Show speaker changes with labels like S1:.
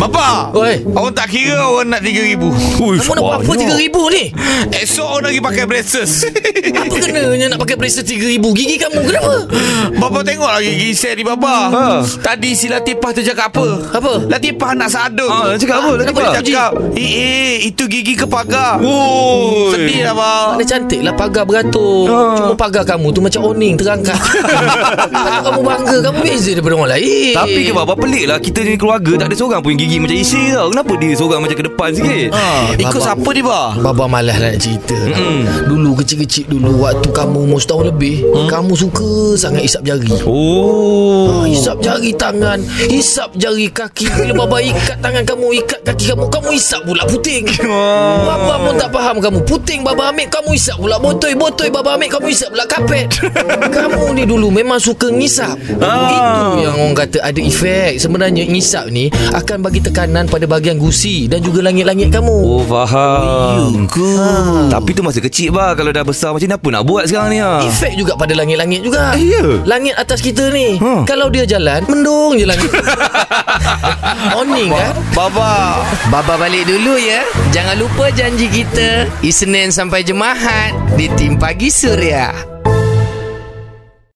S1: Oi.
S2: Orang tak kira orang nak RM3,000
S3: Ui,
S1: Kamu nak buat apa RM3,000 ni?
S2: Esok orang lagi pakai braces
S1: Apa kenanya nak pakai braces RM3,000? Gigi kamu kenapa?
S2: Bapa tengok lagi gigi saya di Bapa
S3: Ha.
S2: Tadi si Latifah tu cakap apa
S1: Apa?
S2: Latifah nak sadung
S3: Ah, dia cakap apa, Latifah?
S2: Dia cakap Eh eh itu gigi ke pagar
S3: Ui.
S2: Sedih lah bang
S1: Mana cantik lah pagar beratur
S3: Ah.
S1: Cuma pagar kamu tu macam oning terangkat Patut kamu bangga Kamu beza daripada orang lain
S3: Tapi ke bapa pelik lah Kita ni keluarga Tak ada seorang pun yang gigi macam isi tau Kenapa dia seorang macam ke depan sikit
S1: Ah,
S2: Ikut
S1: Abang-
S2: siapa ni bang
S1: Baba malas lah nak cerita mm Dulu kecil-kecil dulu Waktu kamu umur setahun lebih
S3: Hmm?
S1: Kamu suka sangat isap jari
S3: Oh
S1: Ah, Hisap jari tangan Hisap jari kaki Bila Baba ikat tangan kamu Ikat kaki kamu Kamu hisap pula puting Baba pun tak faham kamu Puting Baba ambil Kamu hisap pula botoi Botoi Baba ambil Kamu hisap pula kapet Kamu ni dulu memang suka ngisap
S3: Ah.
S1: Itu yang orang kata ada efek Sebenarnya ngisap ni Akan bagi tekanan pada bahagian gusi Dan juga langit-langit kamu
S3: Oh faham Tapi tu masa kecil bah Kalau dah besar macam ni Apa nak buat sekarang ni ha?
S1: Efek juga pada langit-langit juga
S3: Eh, ya?
S1: Langit atas kita ni
S3: Ha.
S1: Kalau dia jalan Mendung je langit Oning kan
S2: Baba
S4: Baba balik dulu ya. Jangan lupa janji kita Isnin sampai Jumaat di Tim Pagi Suria.